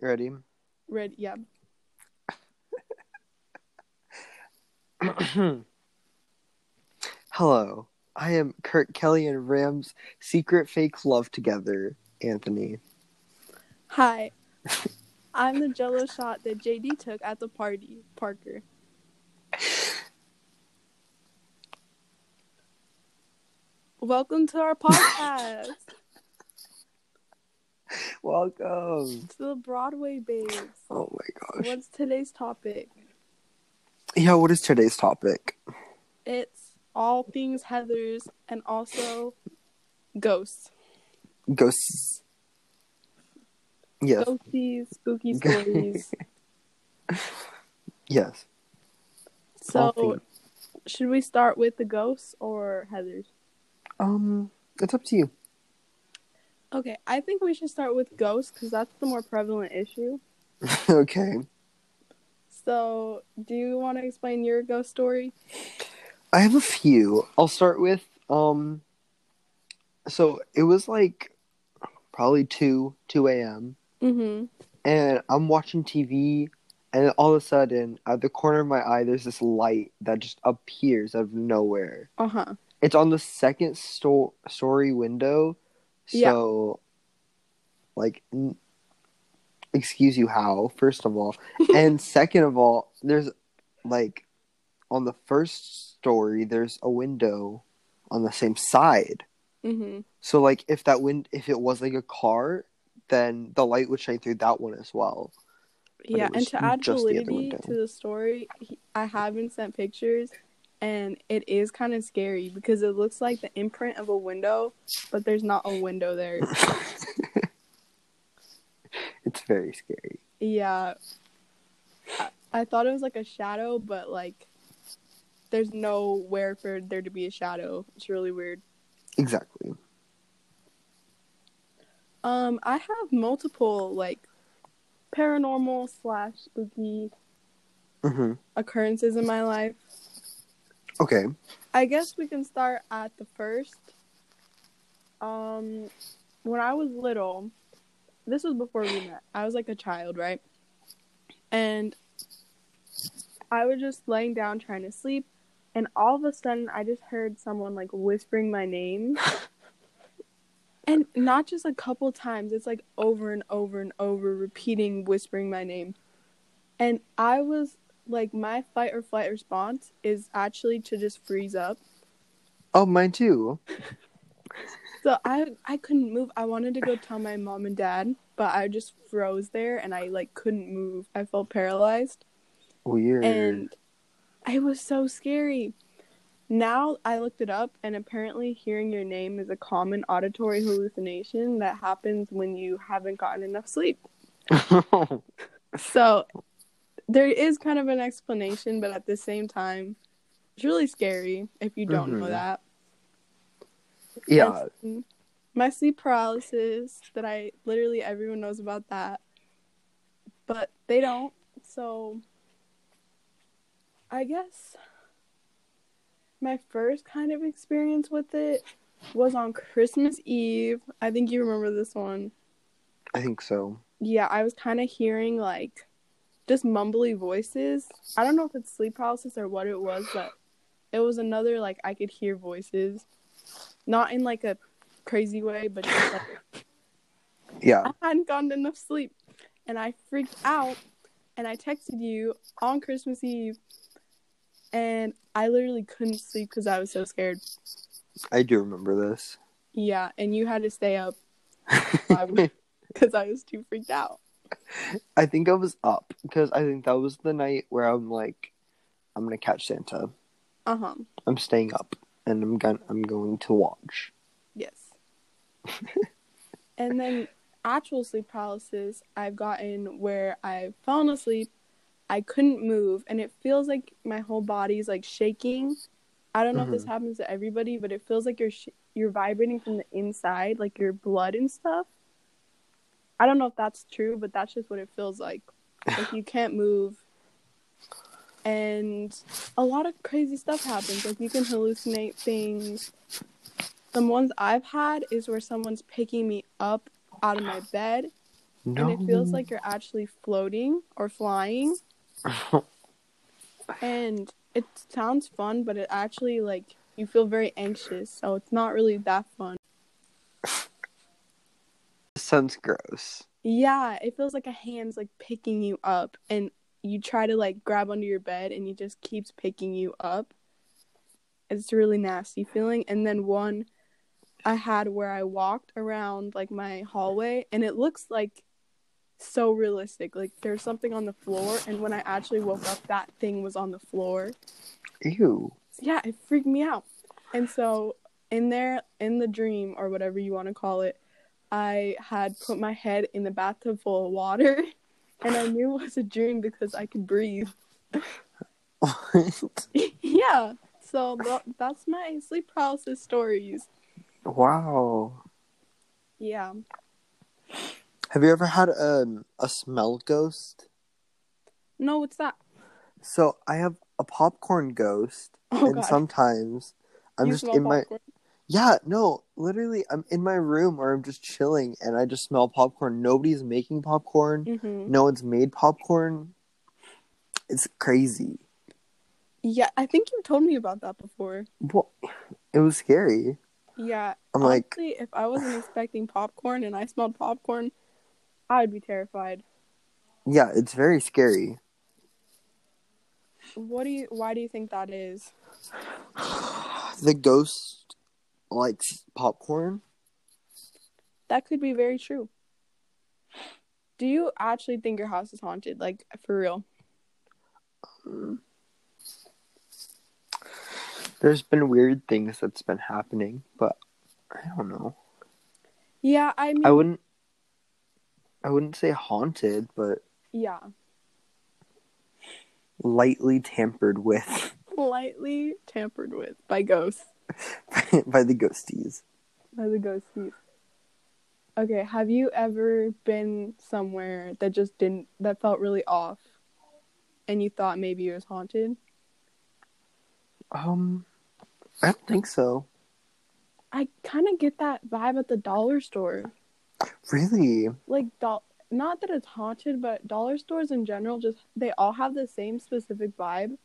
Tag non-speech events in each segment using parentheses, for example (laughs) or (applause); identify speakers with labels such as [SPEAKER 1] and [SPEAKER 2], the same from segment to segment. [SPEAKER 1] Ready?
[SPEAKER 2] Red, yeah.
[SPEAKER 1] Hello, I am Kurt Kelly and Ram's secret fake love together, Anthony.
[SPEAKER 2] Hi. I'm
[SPEAKER 1] (laughs)
[SPEAKER 2] the jello shot that JD took at the party, Parker. Welcome to
[SPEAKER 1] (laughs)
[SPEAKER 2] our podcast,
[SPEAKER 1] Welcome.
[SPEAKER 2] to the Broadway Babes.
[SPEAKER 1] Oh my gosh.
[SPEAKER 2] What's today's topic?
[SPEAKER 1] Yeah, what is today's topic?
[SPEAKER 2] It's all things Heathers and also ghosts.
[SPEAKER 1] Ghosts. Yes,
[SPEAKER 2] Ghosties,
[SPEAKER 1] (laughs)
[SPEAKER 2] spooky stories.
[SPEAKER 1] yes.
[SPEAKER 2] so,
[SPEAKER 1] Coffee.
[SPEAKER 2] should we start with the ghosts or Heathers?
[SPEAKER 1] Um, it's up to you. (laughs)
[SPEAKER 2] Okay, I think we should start with ghosts because that's the more prevalent issue.
[SPEAKER 1] okay.
[SPEAKER 2] So, do you want to explain your ghost story?
[SPEAKER 1] I have a few. I'll start with um so it was like probably 2 2 a.m.
[SPEAKER 2] Mm-hmm.
[SPEAKER 1] and I'm watching TV and all of a sudden out the corner of my eye there's this light that just appears out of nowhere.
[SPEAKER 2] Uh huh.
[SPEAKER 1] It's on the second sto- story window.
[SPEAKER 2] Yeah.
[SPEAKER 1] So like n- excuse you how first of all and second of all there's like on the first story there's a window on the same side
[SPEAKER 2] Mm-hmm.
[SPEAKER 1] so like if that wind if it was like a car then the light would shine through that one as well it
[SPEAKER 2] Yeah, and
[SPEAKER 1] was
[SPEAKER 2] to add
[SPEAKER 1] just the other
[SPEAKER 2] validity
[SPEAKER 1] window.
[SPEAKER 2] to the story, he, I have been sent pictures, and it is kind of scary because it looks like the imprint of a window, but there's not a
[SPEAKER 1] (laughs)
[SPEAKER 2] window there.
[SPEAKER 1] it's very scary
[SPEAKER 2] yeah, I, I thought it was like a shadow, but like there's nowhere for there to be a shadow. It's really weird.
[SPEAKER 1] exactly
[SPEAKER 2] Um, I have multiple like paranormal slash spooky
[SPEAKER 1] hmm
[SPEAKER 2] occurrences in my life.
[SPEAKER 1] okay
[SPEAKER 2] I guess we can start at the first. Um, when I was little, this was before we met. I was like a child, right? And I was just laying down trying to sleep, and all of a sudden, I just heard someone like whispering my name. (laughs) And not just a couple times, it's like over and over and over repeating, whispering my name. And I was like, my fight or flight response is actually to just freeze up.
[SPEAKER 1] oh mine too
[SPEAKER 2] So I I couldn't move. I wanted to go tell my mom and dad, but I just froze there and I like couldn't move. I felt paralyzed
[SPEAKER 1] weird (laughs)
[SPEAKER 2] and it was so scary. Now I looked it up and apparently hearing your name is a common auditory hallucination that happens when you haven't gotten enough sleep. So there is kind of an explanation, but at the same time, it's really scary if you don't know
[SPEAKER 1] Mhm.
[SPEAKER 2] that.
[SPEAKER 1] yeah
[SPEAKER 2] Yes. My sleep paralysis that I literally everyone knows about that. But they don't. So I guess my first kind of experience with it was on Christmas Eve. I think you remember this one.
[SPEAKER 1] i think so
[SPEAKER 2] Yeah, I was kind of hearing like just mumbly voices. I don't know if it's sleep paralysis or what it was, but it was another like I could hear voices, not in like a crazy way, but just like
[SPEAKER 1] yeah
[SPEAKER 2] I hadn't gotten enough sleep, and I freaked out, and I texted you on Christmas Eve, and I literally couldn't sleep because I was so scared.
[SPEAKER 1] i do remember this
[SPEAKER 2] Yeah, and you had to stay up because I was too freaked out.
[SPEAKER 1] I think I was up because I think that was the night where I'm like, I'm gonna catch Santa.
[SPEAKER 2] Uh huh.
[SPEAKER 1] I'm staying up and I'm going I'm going to watch.
[SPEAKER 2] Yes. and then actual sleep paralysis I've gotten where I've fallen asleep, I couldn't move, and it feels like my whole body's like shaking. I don't know if this happens to everybody, but it feels like you're sh- you're vibrating from the inside, like your blood and stuff. I don't know if that's true, but that's just what it feels like. Like you can't move, and a lot of crazy stuff happens. Like you can hallucinate things. The ones I've had is where someone's picking me up out of my bed
[SPEAKER 1] No.
[SPEAKER 2] and it feels like you're actually floating or flying and it sounds fun but it actually like you feel very anxious so it's not really that fun
[SPEAKER 1] (laughs) This sounds gross.
[SPEAKER 2] yeah it feels like a hand's like picking you up and you try to like grab under your bed and he just keeps picking you up it's a really nasty feeling and then one i had where i walked around like my hallway and it looks like so realistic like there's something on the floor and when i actually woke up that thing was on the floor
[SPEAKER 1] Ew. (laughs)
[SPEAKER 2] yeah, it freaked me out. And so in there, in the dream or whatever you want to call it, I had put my head in the bathtub full of water, (laughs) and I knew it was a dream because I could breathe. (laughs)
[SPEAKER 1] What?
[SPEAKER 2] yeah, so tha- that's my sleep paralysis stories.
[SPEAKER 1] Wow.
[SPEAKER 2] Yeah,
[SPEAKER 1] Have you ever had um, a smell ghost?
[SPEAKER 2] no, what's that?
[SPEAKER 1] So I have a popcorn ghost,
[SPEAKER 2] Oh
[SPEAKER 1] and
[SPEAKER 2] god,
[SPEAKER 1] sometimes I'm
[SPEAKER 2] You
[SPEAKER 1] just
[SPEAKER 2] smell
[SPEAKER 1] in my
[SPEAKER 2] popcorn.
[SPEAKER 1] yeah no literally I'm in my room or I'm just chilling and I just smell popcorn. Nobody's making popcorn.
[SPEAKER 2] Mhm.
[SPEAKER 1] No one's made popcorn. It's crazy.
[SPEAKER 2] Yeah, I think you told me about that before.
[SPEAKER 1] Well, it was scary.
[SPEAKER 2] Yeah,
[SPEAKER 1] I'm like,
[SPEAKER 2] honestly, if I wasn't expecting popcorn and I smelled popcorn, I'd be terrified.
[SPEAKER 1] yeah, it's very scary. (sighs)
[SPEAKER 2] What do you? Why do you think that is?
[SPEAKER 1] The ghost likes popcorn.
[SPEAKER 2] That could be very true. Do you actually think your house is haunted? Like for real?
[SPEAKER 1] There's been weird things that's been happening, but I don't know.
[SPEAKER 2] Yeah, I mean,
[SPEAKER 1] I wouldn't I wouldn't say haunted, but
[SPEAKER 2] yeah,
[SPEAKER 1] lightly tampered with (laughs)
[SPEAKER 2] lightly tampered with by ghosts.
[SPEAKER 1] by the ghosties.
[SPEAKER 2] By the ghost thief. Okay, have you ever been somewhere that just didn't that felt really off, and you thought maybe it was haunted?
[SPEAKER 1] Um I don't think so.
[SPEAKER 2] I kind of get that vibe at the dollar store.
[SPEAKER 1] Really?
[SPEAKER 2] like doll not that it's haunted but dollar stores in general just they all have the same
[SPEAKER 1] (laughs)
[SPEAKER 2] specific vibe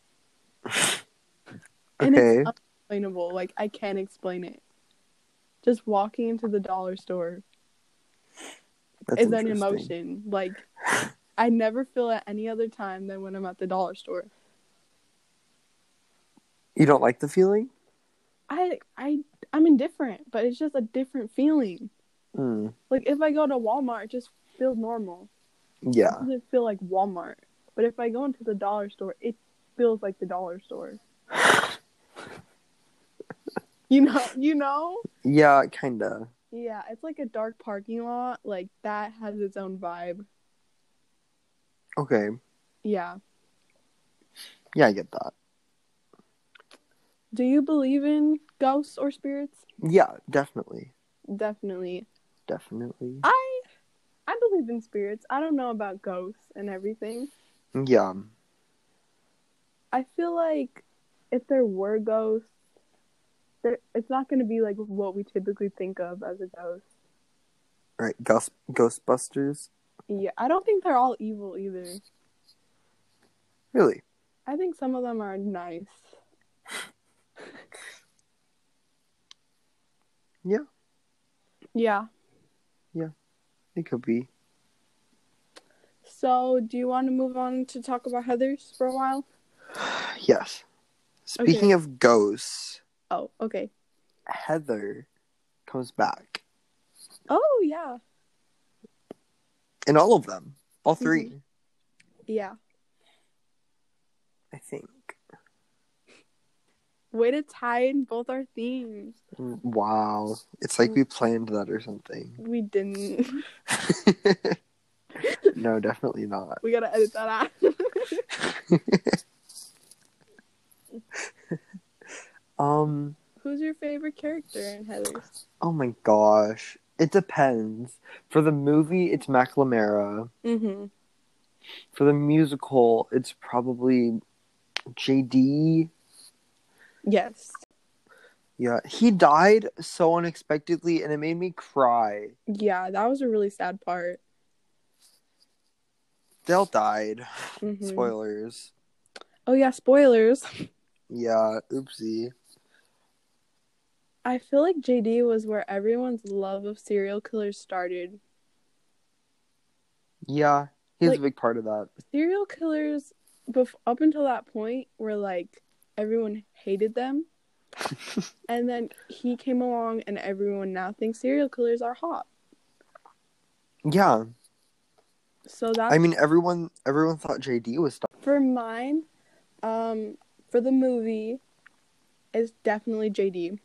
[SPEAKER 2] and
[SPEAKER 1] Okay.
[SPEAKER 2] it's unexplainable like i can't explain it just walking into the dollar store
[SPEAKER 1] That's
[SPEAKER 2] is an
[SPEAKER 1] interesting.
[SPEAKER 2] emotion like i never feel at any other time than when i'm at the dollar store
[SPEAKER 1] You don't like the feeling?
[SPEAKER 2] i i i'm indifferent but it's just a different feeling
[SPEAKER 1] Hmm.
[SPEAKER 2] like if i go to walmart it just feels normal
[SPEAKER 1] Yeah.
[SPEAKER 2] it doesn't feel like walmart but if i go into the dollar store it feels like the dollar store you know you know
[SPEAKER 1] Yeah, kinda.
[SPEAKER 2] yeah it's like a dark parking lot like that has its own vibe
[SPEAKER 1] Okay.
[SPEAKER 2] yeah
[SPEAKER 1] Yeah, I get that.
[SPEAKER 2] do you believe in ghosts or spirits
[SPEAKER 1] Yeah, definitely.
[SPEAKER 2] definitely
[SPEAKER 1] Definitely.
[SPEAKER 2] i i believe in spirits i don't know about ghosts and everything
[SPEAKER 1] Yeah.
[SPEAKER 2] i feel like if there were ghosts there, it's not going to be like what we typically think of as a ghost
[SPEAKER 1] Right. Ghost Ghostbusters.
[SPEAKER 2] Yeah, I don't think they're all evil either.
[SPEAKER 1] Really?
[SPEAKER 2] I think some of them are nice.
[SPEAKER 1] Yeah.
[SPEAKER 2] Yeah.
[SPEAKER 1] It could be. (sighs)
[SPEAKER 2] So, do you want to move on to talk about Heather's for a while?
[SPEAKER 1] Yes. Speaking
[SPEAKER 2] Okay.
[SPEAKER 1] of ghosts,
[SPEAKER 2] Oh, okay.
[SPEAKER 1] Heather comes back.
[SPEAKER 2] Oh, yeah.
[SPEAKER 1] In all of them. All 3
[SPEAKER 2] Yeah.
[SPEAKER 1] I think.
[SPEAKER 2] Way to tie in both our themes.
[SPEAKER 1] Wow. It's like we planned that or something.
[SPEAKER 2] We didn't. (laughs)
[SPEAKER 1] no, definitely not.
[SPEAKER 2] We got to edit that out. (laughs)
[SPEAKER 1] Um
[SPEAKER 2] Who's your favorite character in Heather's?
[SPEAKER 1] oh my gosh. It depends. For the movie it's McLemara.
[SPEAKER 2] Mm-hmm.
[SPEAKER 1] For the musical, it's probably JD.
[SPEAKER 2] Yes.
[SPEAKER 1] Yeah, he died so unexpectedly and it made me cry.
[SPEAKER 2] Yeah, that was a really sad part.
[SPEAKER 1] Dell died.
[SPEAKER 2] Mhm.
[SPEAKER 1] Spoilers.
[SPEAKER 2] Oh yeah, spoilers.
[SPEAKER 1] Yeah, oopsie.
[SPEAKER 2] I feel like JD was where everyone's love of serial killers started.
[SPEAKER 1] Yeah, he's
[SPEAKER 2] Like-
[SPEAKER 1] a big part of that.
[SPEAKER 2] Serial killers, bef- up until that point, were like everyone
[SPEAKER 1] (laughs)
[SPEAKER 2] hated them, and then he came along, and everyone now thinks serial killers are hot.
[SPEAKER 1] Yeah,
[SPEAKER 2] So that's
[SPEAKER 1] I mean everyone everyone thought JD was stuck.
[SPEAKER 2] for mine. Um, for the movie, it's definitely JD.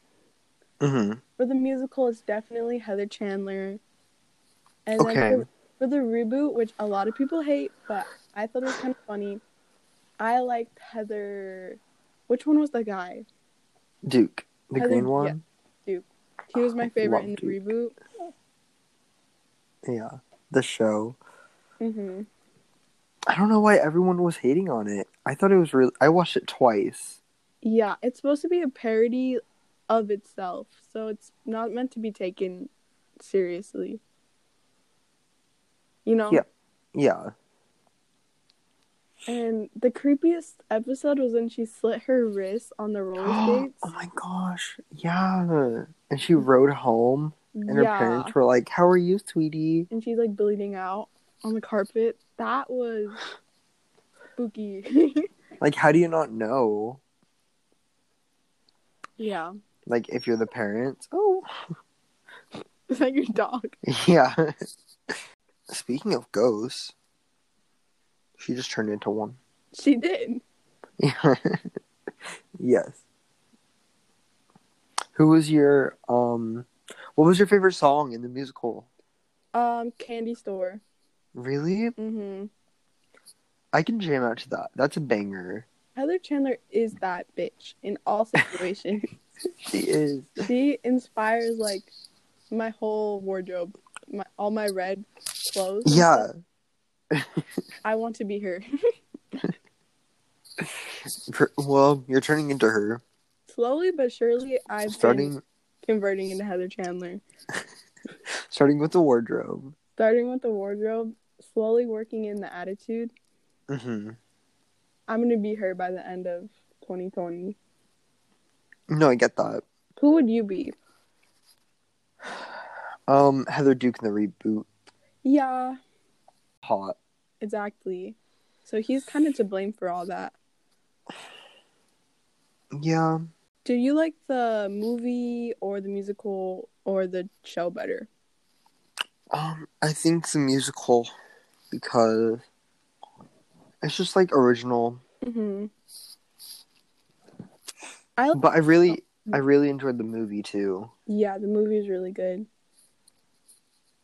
[SPEAKER 1] hmm
[SPEAKER 2] For the musical, it's definitely Heather Chandler. And
[SPEAKER 1] Okay.
[SPEAKER 2] then for, for the reboot, which a lot of people hate, but I thought it was kind of funny. I liked Heather. Which one was the guy?
[SPEAKER 1] Duke, the
[SPEAKER 2] Heather-
[SPEAKER 1] green one.
[SPEAKER 2] He was my favorite
[SPEAKER 1] Love
[SPEAKER 2] in the
[SPEAKER 1] Duke.
[SPEAKER 2] reboot.
[SPEAKER 1] Yeah. the show.
[SPEAKER 2] hmm
[SPEAKER 1] I don't know why everyone was hating on it. I thought it was really. I watched it twice.
[SPEAKER 2] Yeah, it's supposed to be a parody of itself, so it's not meant to be taken seriously. You know?
[SPEAKER 1] Yeah. Yeah,
[SPEAKER 2] And the creepiest episode was when she slit her wrist on the roller
[SPEAKER 1] oh (gasps)
[SPEAKER 2] skates.
[SPEAKER 1] my gosh, yeah. And she rode home, and her
[SPEAKER 2] yeah.
[SPEAKER 1] parents were like, "How are you, sweetie?"
[SPEAKER 2] and she's like bleeding out on the carpet. That was spooky. (laughs)
[SPEAKER 1] Like, how do you not know?
[SPEAKER 2] yeah.
[SPEAKER 1] Like, if you're the parents, oh, (laughs)
[SPEAKER 2] Is that your dog?
[SPEAKER 1] yeah. Speaking of ghosts, she just turned into one.
[SPEAKER 2] She did.
[SPEAKER 1] (laughs) yes. Who was your um? What was your favorite song in the musical?
[SPEAKER 2] Um, candy store.
[SPEAKER 1] Really?
[SPEAKER 2] Mm-hmm.
[SPEAKER 1] I can jam out to that. That's a banger.
[SPEAKER 2] Heather Chandler is that bitch in (laughs) all situations.
[SPEAKER 1] She is.
[SPEAKER 2] she inspires like my whole wardrobe, my all my red clothes. and
[SPEAKER 1] Yeah.
[SPEAKER 2] stuff. I want to be her. (laughs)
[SPEAKER 1] Per- Well, you're turning into her.
[SPEAKER 2] Slowly but surely, I've been
[SPEAKER 1] Starting
[SPEAKER 2] converting into Heather Chandler.
[SPEAKER 1] starting with the wardrobe.
[SPEAKER 2] Starting with the wardrobe, slowly working in the attitude.
[SPEAKER 1] hmm
[SPEAKER 2] I'm gonna be her by the end of 2020.
[SPEAKER 1] No, I get that.
[SPEAKER 2] Who would you be?
[SPEAKER 1] Um, Heather Duke in the reboot.
[SPEAKER 2] Yeah,
[SPEAKER 1] Hot.
[SPEAKER 2] exactly. So he's kind of to blame for all that.
[SPEAKER 1] Yeah.
[SPEAKER 2] Do you like the movie or the musical or the show better?
[SPEAKER 1] Um, I think the musical because it's just like original.
[SPEAKER 2] Mm-hmm. I
[SPEAKER 1] But I really, I really enjoyed the movie too.
[SPEAKER 2] yeah, the movie is really good.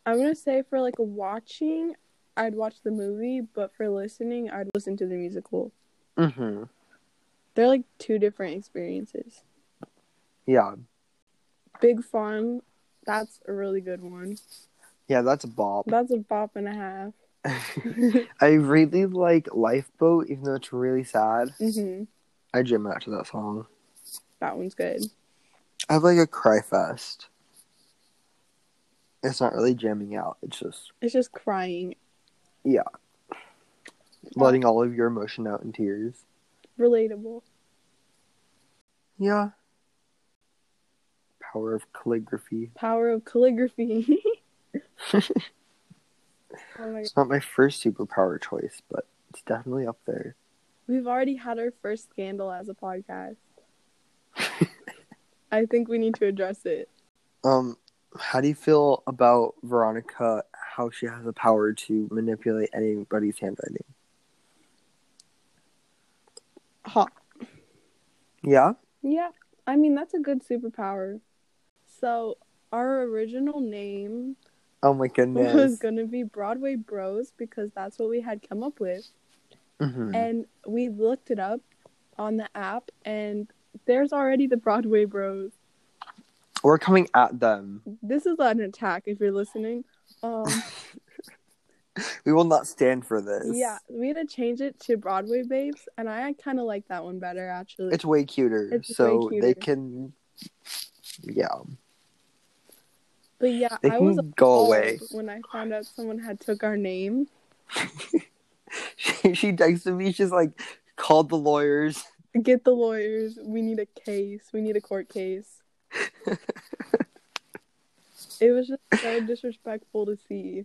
[SPEAKER 2] I'm gonna say for like watching, I'd watch the movie, but for listening, I'd listen to the musical.
[SPEAKER 1] Mm-hmm.
[SPEAKER 2] They're like two different experiences.
[SPEAKER 1] Yeah.
[SPEAKER 2] Big Farm, that's a really good one.
[SPEAKER 1] Yeah, that's a bop. (laughs)
[SPEAKER 2] That's a bop and a half. Mm-hmm.
[SPEAKER 1] I really like Lifeboat, even though it's really sad.
[SPEAKER 2] hmm
[SPEAKER 1] I jam out to that song.
[SPEAKER 2] That one's good.
[SPEAKER 1] I have like a cry fest. It's not really jamming out. It's just
[SPEAKER 2] It's just crying.
[SPEAKER 1] letting all of your emotion out in tears.
[SPEAKER 2] Relatable.
[SPEAKER 1] Yeah. Power of calligraphy.
[SPEAKER 2] Power of calligraphy. (laughs) oh my god.
[SPEAKER 1] It's not my first superpower choice, but it's definitely up there.
[SPEAKER 2] We've already had our first scandal as a podcast. I think we need to address it.
[SPEAKER 1] Um, how do you feel about Veronica? How she has the power to manipulate anybody's handwriting?
[SPEAKER 2] Hot.
[SPEAKER 1] Yeah.
[SPEAKER 2] Yeah. I mean, that's a good superpower. So, our original name
[SPEAKER 1] Oh my goodness.
[SPEAKER 2] (laughs) was going to be Broadway Bros because that's what we had come up with.
[SPEAKER 1] Mhm.
[SPEAKER 2] and we looked it up on the app and there's already the broadway bros
[SPEAKER 1] We're coming at them.
[SPEAKER 2] this is an attack if you're listening
[SPEAKER 1] (laughs)
[SPEAKER 2] um
[SPEAKER 1] We will not stand for this.
[SPEAKER 2] yeah we had to change it to broadway babes and i kind of like that one better actually
[SPEAKER 1] It's way cuter.
[SPEAKER 2] It's way
[SPEAKER 1] so
[SPEAKER 2] cuter.
[SPEAKER 1] they can yeah. (laughs)
[SPEAKER 2] but yeah
[SPEAKER 1] They
[SPEAKER 2] i
[SPEAKER 1] can
[SPEAKER 2] was
[SPEAKER 1] go
[SPEAKER 2] appalled
[SPEAKER 1] away.
[SPEAKER 2] when i found out someone had took our name
[SPEAKER 1] She, she texted me. She's like, called the lawyers.
[SPEAKER 2] Get the lawyers. We need a case. We need a
[SPEAKER 1] (laughs)
[SPEAKER 2] court case. it was just so disrespectful to see.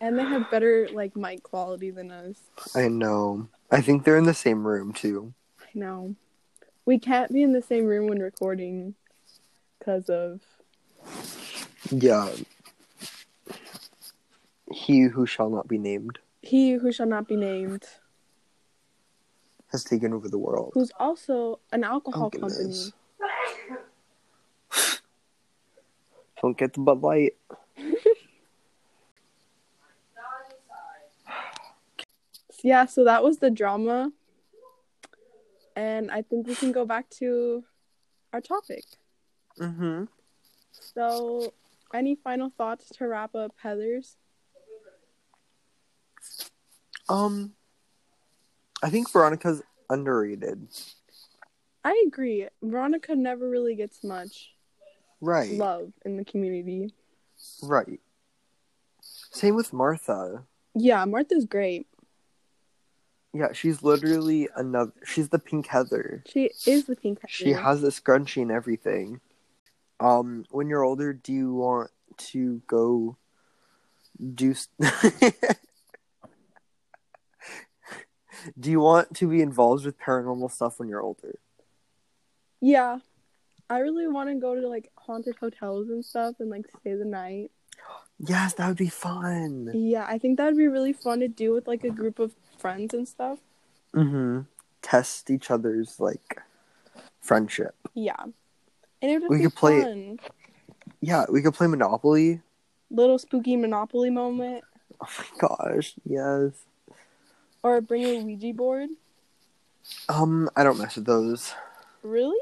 [SPEAKER 2] And they had better like mic quality than us.
[SPEAKER 1] I know. I think they're in the same room too.
[SPEAKER 2] I know. We can't be in the same room when recording because of
[SPEAKER 1] Yeah. He who shall not be named
[SPEAKER 2] he who shall not be named,
[SPEAKER 1] has taken over the world.
[SPEAKER 2] who's also an alcohol
[SPEAKER 1] Oh,
[SPEAKER 2] company.
[SPEAKER 1] goodness. (laughs) Don't get the Bud Light.
[SPEAKER 2] Yeah, so that was the drama. And I think we can go back to our topic.
[SPEAKER 1] Mm-hmm.
[SPEAKER 2] So, any final thoughts to wrap up Heather's?
[SPEAKER 1] Um, I think Veronica's underrated.
[SPEAKER 2] I agree. Veronica never really gets much
[SPEAKER 1] Right.
[SPEAKER 2] love in the community.
[SPEAKER 1] Right. Same with Martha.
[SPEAKER 2] Yeah, Martha's great.
[SPEAKER 1] Yeah, she's literally another. She's the pink Heather.
[SPEAKER 2] She is the pink Heather.
[SPEAKER 1] She has a scrunchie and everything. Um, when you're older, do you want to go do? s- (laughs) do you want to be involved with paranormal stuff when you're older?
[SPEAKER 2] Yeah. I really want to go to like haunted hotels and stuff and like stay the night.
[SPEAKER 1] Yes, that would be fun.
[SPEAKER 2] Yeah, I think that would be really fun to do with like a group of friends and stuff.
[SPEAKER 1] Mm-hmm. Test each other's like friendship.
[SPEAKER 2] Yeah. And it would just
[SPEAKER 1] We
[SPEAKER 2] be
[SPEAKER 1] could play-
[SPEAKER 2] fun.
[SPEAKER 1] Yeah, we could play Monopoly.
[SPEAKER 2] Little spooky Monopoly moment
[SPEAKER 1] Oh my gosh, yes.
[SPEAKER 2] or bring a Ouija board.
[SPEAKER 1] Um, I don't mess with those.
[SPEAKER 2] Really?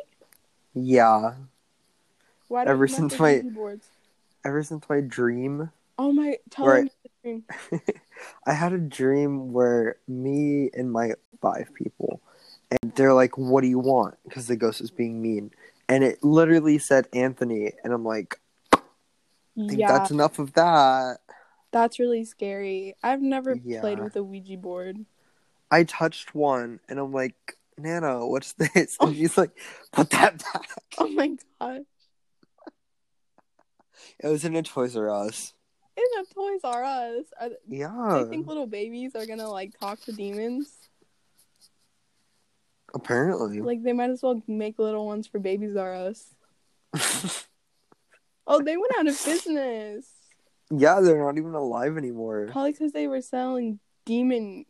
[SPEAKER 1] Yeah,
[SPEAKER 2] Why
[SPEAKER 1] Ever
[SPEAKER 2] you mess
[SPEAKER 1] since
[SPEAKER 2] with
[SPEAKER 1] my-
[SPEAKER 2] Ouija boards?
[SPEAKER 1] ever since my dream,
[SPEAKER 2] Oh my! Tell
[SPEAKER 1] Right.
[SPEAKER 2] me the dream.
[SPEAKER 1] I had a dream where me and my five people, and they're like, "What do you want?" Because the ghost is being mean, and it literally said Anthony, and I'm like, I think
[SPEAKER 2] Yeah,
[SPEAKER 1] that's
[SPEAKER 2] that's...
[SPEAKER 1] enough of that.
[SPEAKER 2] really scary. I've never played
[SPEAKER 1] Yeah.
[SPEAKER 2] with a Ouija board. (laughs)
[SPEAKER 1] I touched one, and I'm like, Nana, what's (laughs) this? And she's like, Put that back.
[SPEAKER 2] Oh my god!
[SPEAKER 1] It was in a Toys R Us.
[SPEAKER 2] Isn't Toys R Us? Are... th- Do
[SPEAKER 1] Yeah,
[SPEAKER 2] you think little babies are gonna like talk to demons?
[SPEAKER 1] apparently.
[SPEAKER 2] Like they might as well make little ones for Babies R Us.
[SPEAKER 1] (laughs)
[SPEAKER 2] Oh, they went out of business.
[SPEAKER 1] yeah, they're not even alive anymore.
[SPEAKER 2] Probably because they were selling demon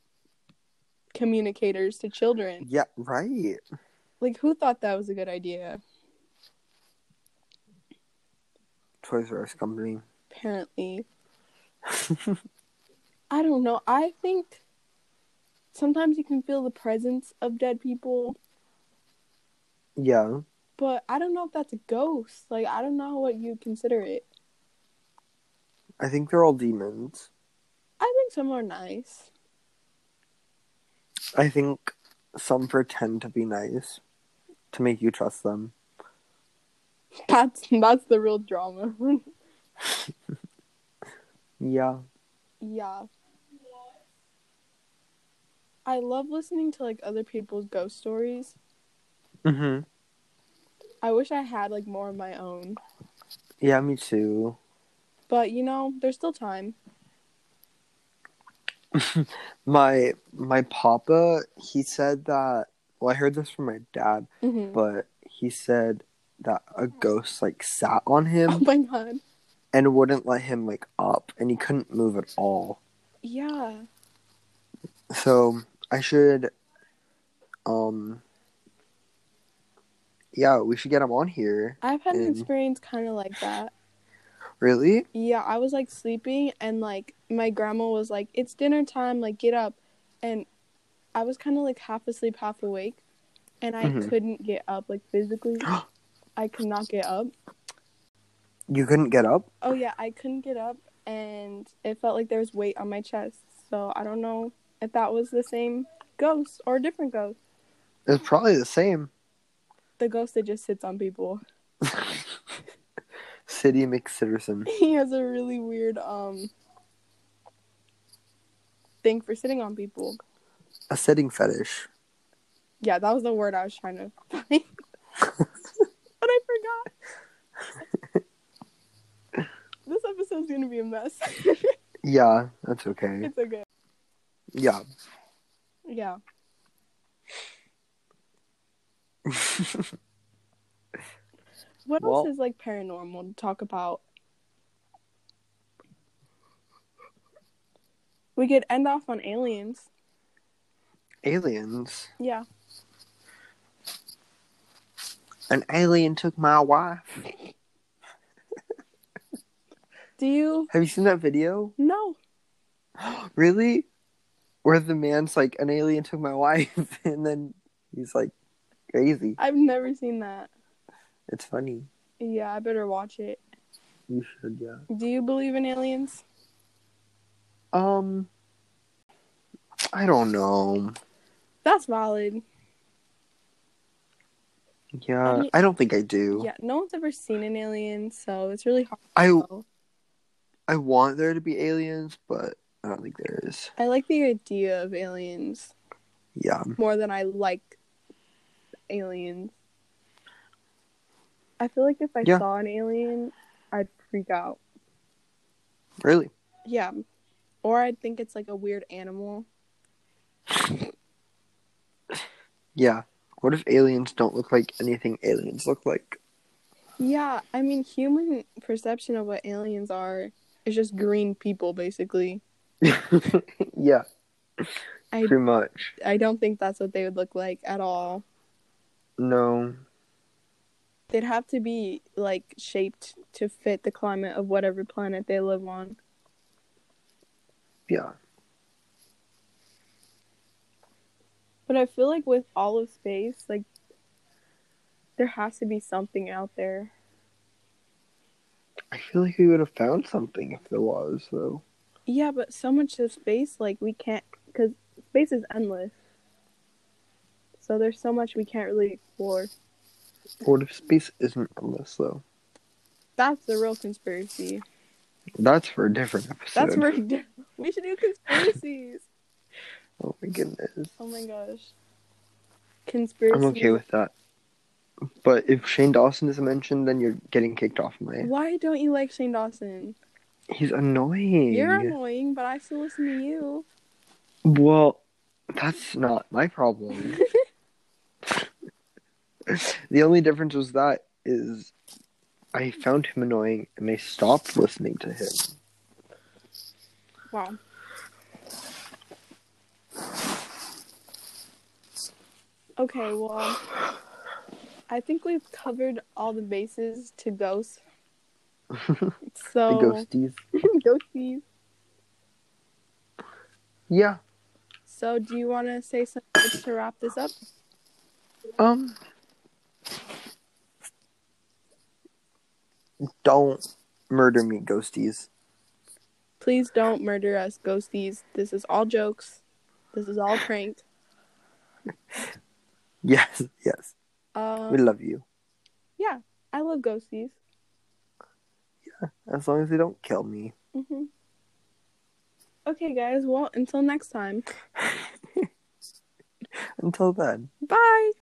[SPEAKER 2] communicators to children.
[SPEAKER 1] Yeah, right.
[SPEAKER 2] Like, who thought that was a good idea?
[SPEAKER 1] Toys R Us company.
[SPEAKER 2] Apparently. I don't know. I think sometimes you can feel the presence of dead people,
[SPEAKER 1] Yeah.
[SPEAKER 2] but I don't know if that's a ghost. Like, I don't know what you consider it.
[SPEAKER 1] I think they're all demons.
[SPEAKER 2] I think some are nice. (laughs)
[SPEAKER 1] I think some pretend to be nice to make you trust them.
[SPEAKER 2] That's that's the real drama. (laughs)
[SPEAKER 1] Yeah.
[SPEAKER 2] yeah. I love listening to like other people's ghost stories.
[SPEAKER 1] hmm
[SPEAKER 2] I wish I had like more of my own.
[SPEAKER 1] Yeah, me too.
[SPEAKER 2] But you know, there's still time.
[SPEAKER 1] My my papa, he said that well, I heard this from my dad,
[SPEAKER 2] Mhm.
[SPEAKER 1] but he said that a ghost like sat on
[SPEAKER 2] (laughs) Oh
[SPEAKER 1] him
[SPEAKER 2] my god.
[SPEAKER 1] and wouldn't let him like up and he couldn't move at all.
[SPEAKER 2] Yeah.
[SPEAKER 1] So I should um yeah, we should get him on here.
[SPEAKER 2] I've had an
[SPEAKER 1] Mm.
[SPEAKER 2] experience kind of like that.
[SPEAKER 1] Really?
[SPEAKER 2] Yeah, I was like sleeping and like my grandma was like, "It's dinner time, like get up." And I was kind of like half asleep, half awake, and I
[SPEAKER 1] Mhm.
[SPEAKER 2] couldn't get up like physically. I could not get up.
[SPEAKER 1] You couldn't get up?
[SPEAKER 2] Oh yeah, I couldn't get up and it felt like there was weight on my chest. So I don't know if that was the same ghost or a different ghost.
[SPEAKER 1] It's probably the same.
[SPEAKER 2] The ghost that just sits on people. (laughs)
[SPEAKER 1] City McCitizen.
[SPEAKER 2] he has a really weird um thing for sitting on people.
[SPEAKER 1] A sitting fetish.
[SPEAKER 2] Yeah, that was the word I was trying to (laughs) find. but I forgot. this episode's gonna be a mess. (laughs)
[SPEAKER 1] Yeah, that's okay.
[SPEAKER 2] it's okay.
[SPEAKER 1] Yeah.
[SPEAKER 2] Yeah. What else
[SPEAKER 1] Well-
[SPEAKER 2] is like paranormal to talk about? We could end off on aliens.
[SPEAKER 1] Aliens.
[SPEAKER 2] Yeah.
[SPEAKER 1] An alien took my wife.
[SPEAKER 2] Do you
[SPEAKER 1] Have you seen that video?
[SPEAKER 2] No.
[SPEAKER 1] really? Where the man's like, an alien took my (laughs) wife, and then he's like, crazy.
[SPEAKER 2] I've never seen that.
[SPEAKER 1] It's funny.
[SPEAKER 2] Yeah, I better watch it.
[SPEAKER 1] You should, yeah.
[SPEAKER 2] Do you believe in aliens?
[SPEAKER 1] Um, I don't know.
[SPEAKER 2] That's valid.
[SPEAKER 1] Yeah,
[SPEAKER 2] Any-
[SPEAKER 1] I don't think I do.
[SPEAKER 2] Yeah, no one's ever seen an alien, so it's really hard.
[SPEAKER 1] I
[SPEAKER 2] to know.
[SPEAKER 1] I want there to be aliens, but I don't think there is.
[SPEAKER 2] I like the idea of aliens
[SPEAKER 1] Yeah.
[SPEAKER 2] more than I like aliens. I feel like if I
[SPEAKER 1] Yeah.
[SPEAKER 2] saw an alien, I'd freak out.
[SPEAKER 1] Really?
[SPEAKER 2] Yeah. Or I'd think it's like a weird animal.
[SPEAKER 1] Yeah. What if aliens don't look like anything aliens look like? (laughs)
[SPEAKER 2] Yeah, I mean, human perception of what aliens are is just green people, basically.
[SPEAKER 1] yeah,
[SPEAKER 2] I,
[SPEAKER 1] pretty much.
[SPEAKER 2] I don't think that's what they would look like at all.
[SPEAKER 1] No.
[SPEAKER 2] They'd have to be like shaped to fit the climate of whatever planet they live on.
[SPEAKER 1] Yeah.
[SPEAKER 2] But I feel like with all of space, like there has to be something out there.
[SPEAKER 1] I feel like we would have found something if there was, though.
[SPEAKER 2] Yeah, but so much of space, like we can't, because space is endless. So there's so much we can't really explore.
[SPEAKER 1] What if space isn't endless, though?
[SPEAKER 2] That's the real conspiracy.
[SPEAKER 1] That's for a different episode.
[SPEAKER 2] That's where (laughs) we should do conspiracies.
[SPEAKER 1] Oh my goodness.
[SPEAKER 2] Oh my gosh. Conspiracy.
[SPEAKER 1] I'm okay with that. But if Shane Dawson is mentioned, then you're getting kicked off my.
[SPEAKER 2] Why don't you like Shane Dawson?
[SPEAKER 1] He's annoying.
[SPEAKER 2] You're annoying, but I still listen to you.
[SPEAKER 1] Well, that's not my problem. the only difference was that is I found him annoying and I stopped listening to him.
[SPEAKER 2] Wow. Okay, well, I think we've covered all the bases
[SPEAKER 1] (laughs)
[SPEAKER 2] to ghosts.
[SPEAKER 1] The
[SPEAKER 2] So,
[SPEAKER 1] ghosties.
[SPEAKER 2] (laughs) ghosties.
[SPEAKER 1] Yeah.
[SPEAKER 2] So, do you want to say some words to wrap this up?
[SPEAKER 1] Um Don't murder me, ghosties. (laughs)
[SPEAKER 2] Please don't murder us, ghosties. This is all jokes. This is all prank.
[SPEAKER 1] Yes, yes. We
[SPEAKER 2] Um,
[SPEAKER 1] love you.
[SPEAKER 2] yeah, I love ghosties.
[SPEAKER 1] As long as they don't kill me.
[SPEAKER 2] hmm Okay, guys. Well, until next time.
[SPEAKER 1] Until then.
[SPEAKER 2] Bye.